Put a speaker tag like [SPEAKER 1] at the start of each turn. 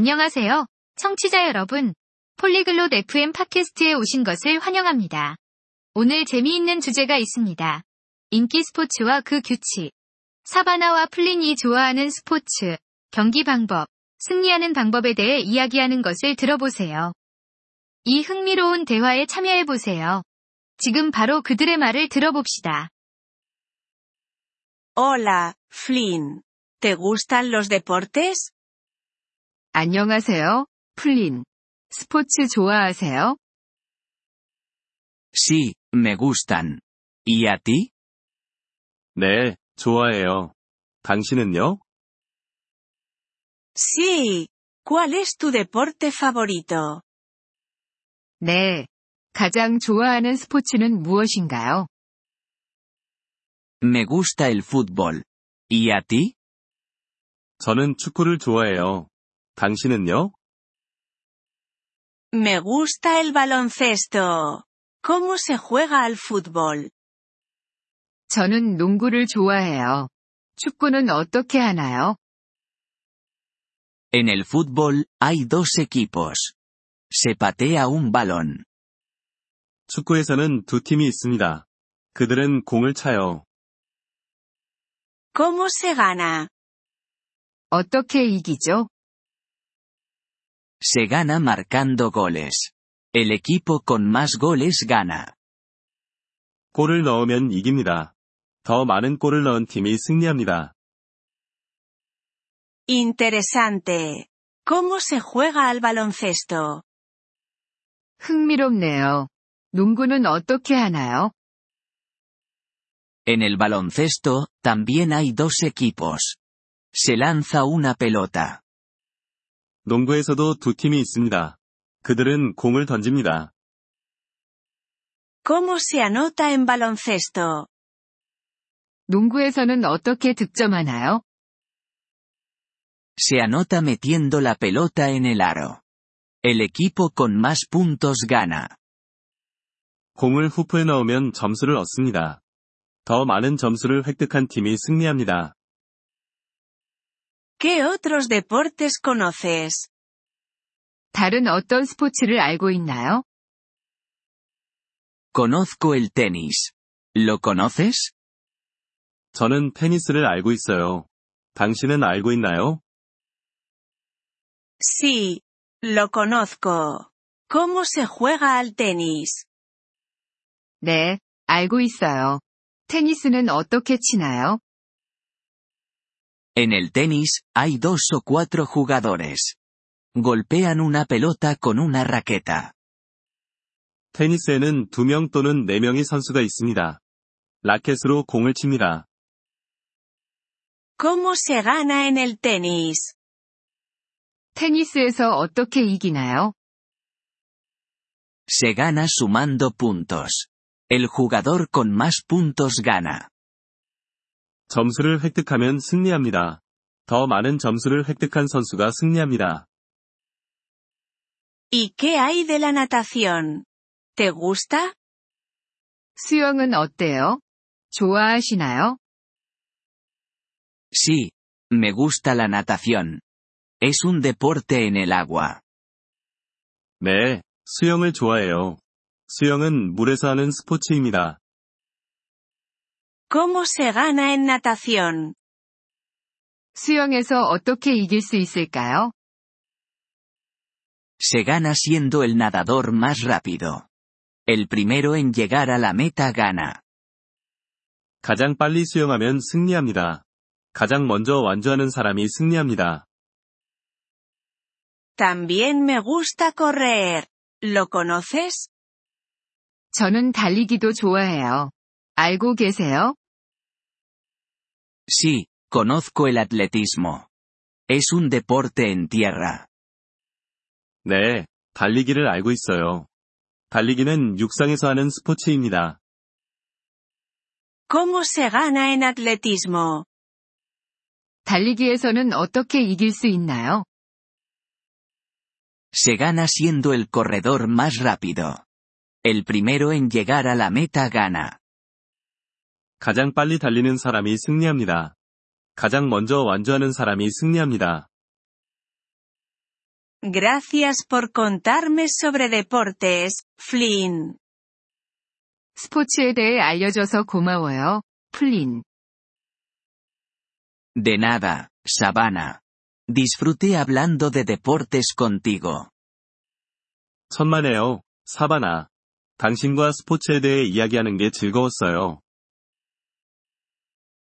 [SPEAKER 1] 안녕하세요, 청취자 여러분. 폴리글롯 FM 팟캐스트에 오신 것을 환영합니다. 오늘 재미있는 주제가 있습니다. 인기 스포츠와 그 규칙. 사바나와 플린이 좋아하는 스포츠, 경기 방법, 승리하는 방법에 대해 이야기하는 것을 들어보세요. 이 흥미로운 대화에 참여해보세요. 지금 바로 그들의 말을 들어봅시다.
[SPEAKER 2] Hola, Flynn. ¿Te gustan los deportes?
[SPEAKER 1] 안녕하세요, 플린. 스포츠 좋아하세요?
[SPEAKER 3] Sí, me gustan. ¿Y a ti?
[SPEAKER 4] 네, 좋아해요. 당신은요?
[SPEAKER 2] Sí. ¿Cuál es tu deporte favorito?
[SPEAKER 1] 네. 가장 좋아하는 스포츠는 무엇인가요?
[SPEAKER 3] Me gusta el fútbol. ¿Y a ti?
[SPEAKER 4] 저는 축구를 좋아해요. 당신은요?
[SPEAKER 2] Me gusta el baloncesto. ¿Cómo se juega al fútbol?
[SPEAKER 1] 저는 농구를 좋아해요. 축구는 어떻게 하나요?
[SPEAKER 3] En el fútbol, hay dos equipos. Se patea un balón.
[SPEAKER 4] 축구에서는 두 팀이 있습니다. 그들은 공을 차요.
[SPEAKER 2] ¿Cómo se gana?
[SPEAKER 1] 어떻게 이기죠?
[SPEAKER 3] Se gana marcando goles. El equipo con más goles gana.
[SPEAKER 4] 골을 넣으면 이깁니다. 더 많은 골을 넣은 팀이 승리합니다.
[SPEAKER 2] Interesante. ¿Cómo se juega al baloncesto?
[SPEAKER 1] 흥미롭네요. 농구는 어떻게 하나요?
[SPEAKER 3] En el baloncesto, también hay dos equipos. Se lanza una pelota.
[SPEAKER 4] 농구에서도 두 팀이 있습니다. 그들은 공을 던집니다.
[SPEAKER 2] ¿Cómo se anota en baloncesto?
[SPEAKER 1] 농구에서는 어떻게 득점하나요?
[SPEAKER 3] Se anota metiendo la pelota en el aro. El equipo con más puntos gana.
[SPEAKER 4] 공을 후프에 넣으면 점수를 얻습니다. 더 많은 점수를 획득한 팀이 승리합니다.
[SPEAKER 2] ¿Qué otros deportes conoces?
[SPEAKER 1] 다른 어떤 스포츠를 알고 있나요?
[SPEAKER 3] Conozco el tenis. ¿Lo conoces?
[SPEAKER 4] 저는 테니스를 알고 있어요. 당신은 알고 있나요?
[SPEAKER 2] Sí. Lo conozco. ¿Cómo se juega al tenis?
[SPEAKER 1] 네, 알고 있어요. 테니스는 어떻게 치나요?
[SPEAKER 3] En el tenis, hay dos o cuatro jugadores. Golpean una pelota con una raqueta.
[SPEAKER 4] 테니스에는 두 명 또는 네 명의 선수가 있습니다. 라켓으로 공을 칩니다.
[SPEAKER 2] ¿Cómo se gana en el tenis?
[SPEAKER 1] 테니스에서 어떻게 이기나요?
[SPEAKER 3] Se gana sumando puntos. El jugador con más puntos gana.
[SPEAKER 4] 점수를 획득하면 승리합니다. 더 많은 점수를 획득한 선수가 승리합니다.
[SPEAKER 2] ¿Y qué hay de la natación? ¿Te gusta?
[SPEAKER 1] 수영은 어때요? 좋아하시나요?
[SPEAKER 3] Sí, me gusta la natación. Es un deporte en el agua.
[SPEAKER 4] 네, 수영을 좋아해요. 수영은 물에서 하는 스포츠입니다.
[SPEAKER 2] ¿Cómo se gana en natación?
[SPEAKER 1] 수영에서 어떻게 이길 수 있을까요?
[SPEAKER 3] Se gana siendo el nadador más rápido. El primero en llegar a la meta gana.
[SPEAKER 4] 가장 빨리 수영하면 승리합니다. 가장 먼저 완주하는 사람이 승리합니다.
[SPEAKER 2] También me gusta correr. ¿Lo conoces?
[SPEAKER 1] 저는 달리기도 좋아해요. 알고 계세요?
[SPEAKER 3] Sí, conozco el atletismo. Es un deporte en tierra.
[SPEAKER 4] 네, 달리기를 알고 있어요. 달리기는 육상에서 하는 스포츠입니다.
[SPEAKER 2] ¿Cómo se gana en atletismo?
[SPEAKER 1] 달리기에서는 어떻게 이길 수 있나요?
[SPEAKER 3] Se gana siendo el corredor más rápido. El primero en llegar a la meta gana.
[SPEAKER 4] 가장 빨리 달리는 사람이 승리합니다. 가장 먼저 완주하는 사람이 승리합니다.
[SPEAKER 5] Gracias por contarme sobre deportes, Flynn.
[SPEAKER 1] 스포츠에 대해 알려줘서 고마워요, 플린.
[SPEAKER 3] De nada, Sabana. Disfruté hablando de deportes contigo.
[SPEAKER 4] 천만에요, 사바나. 당신과 스포츠에 대해 이야기하는 게 즐거웠어요.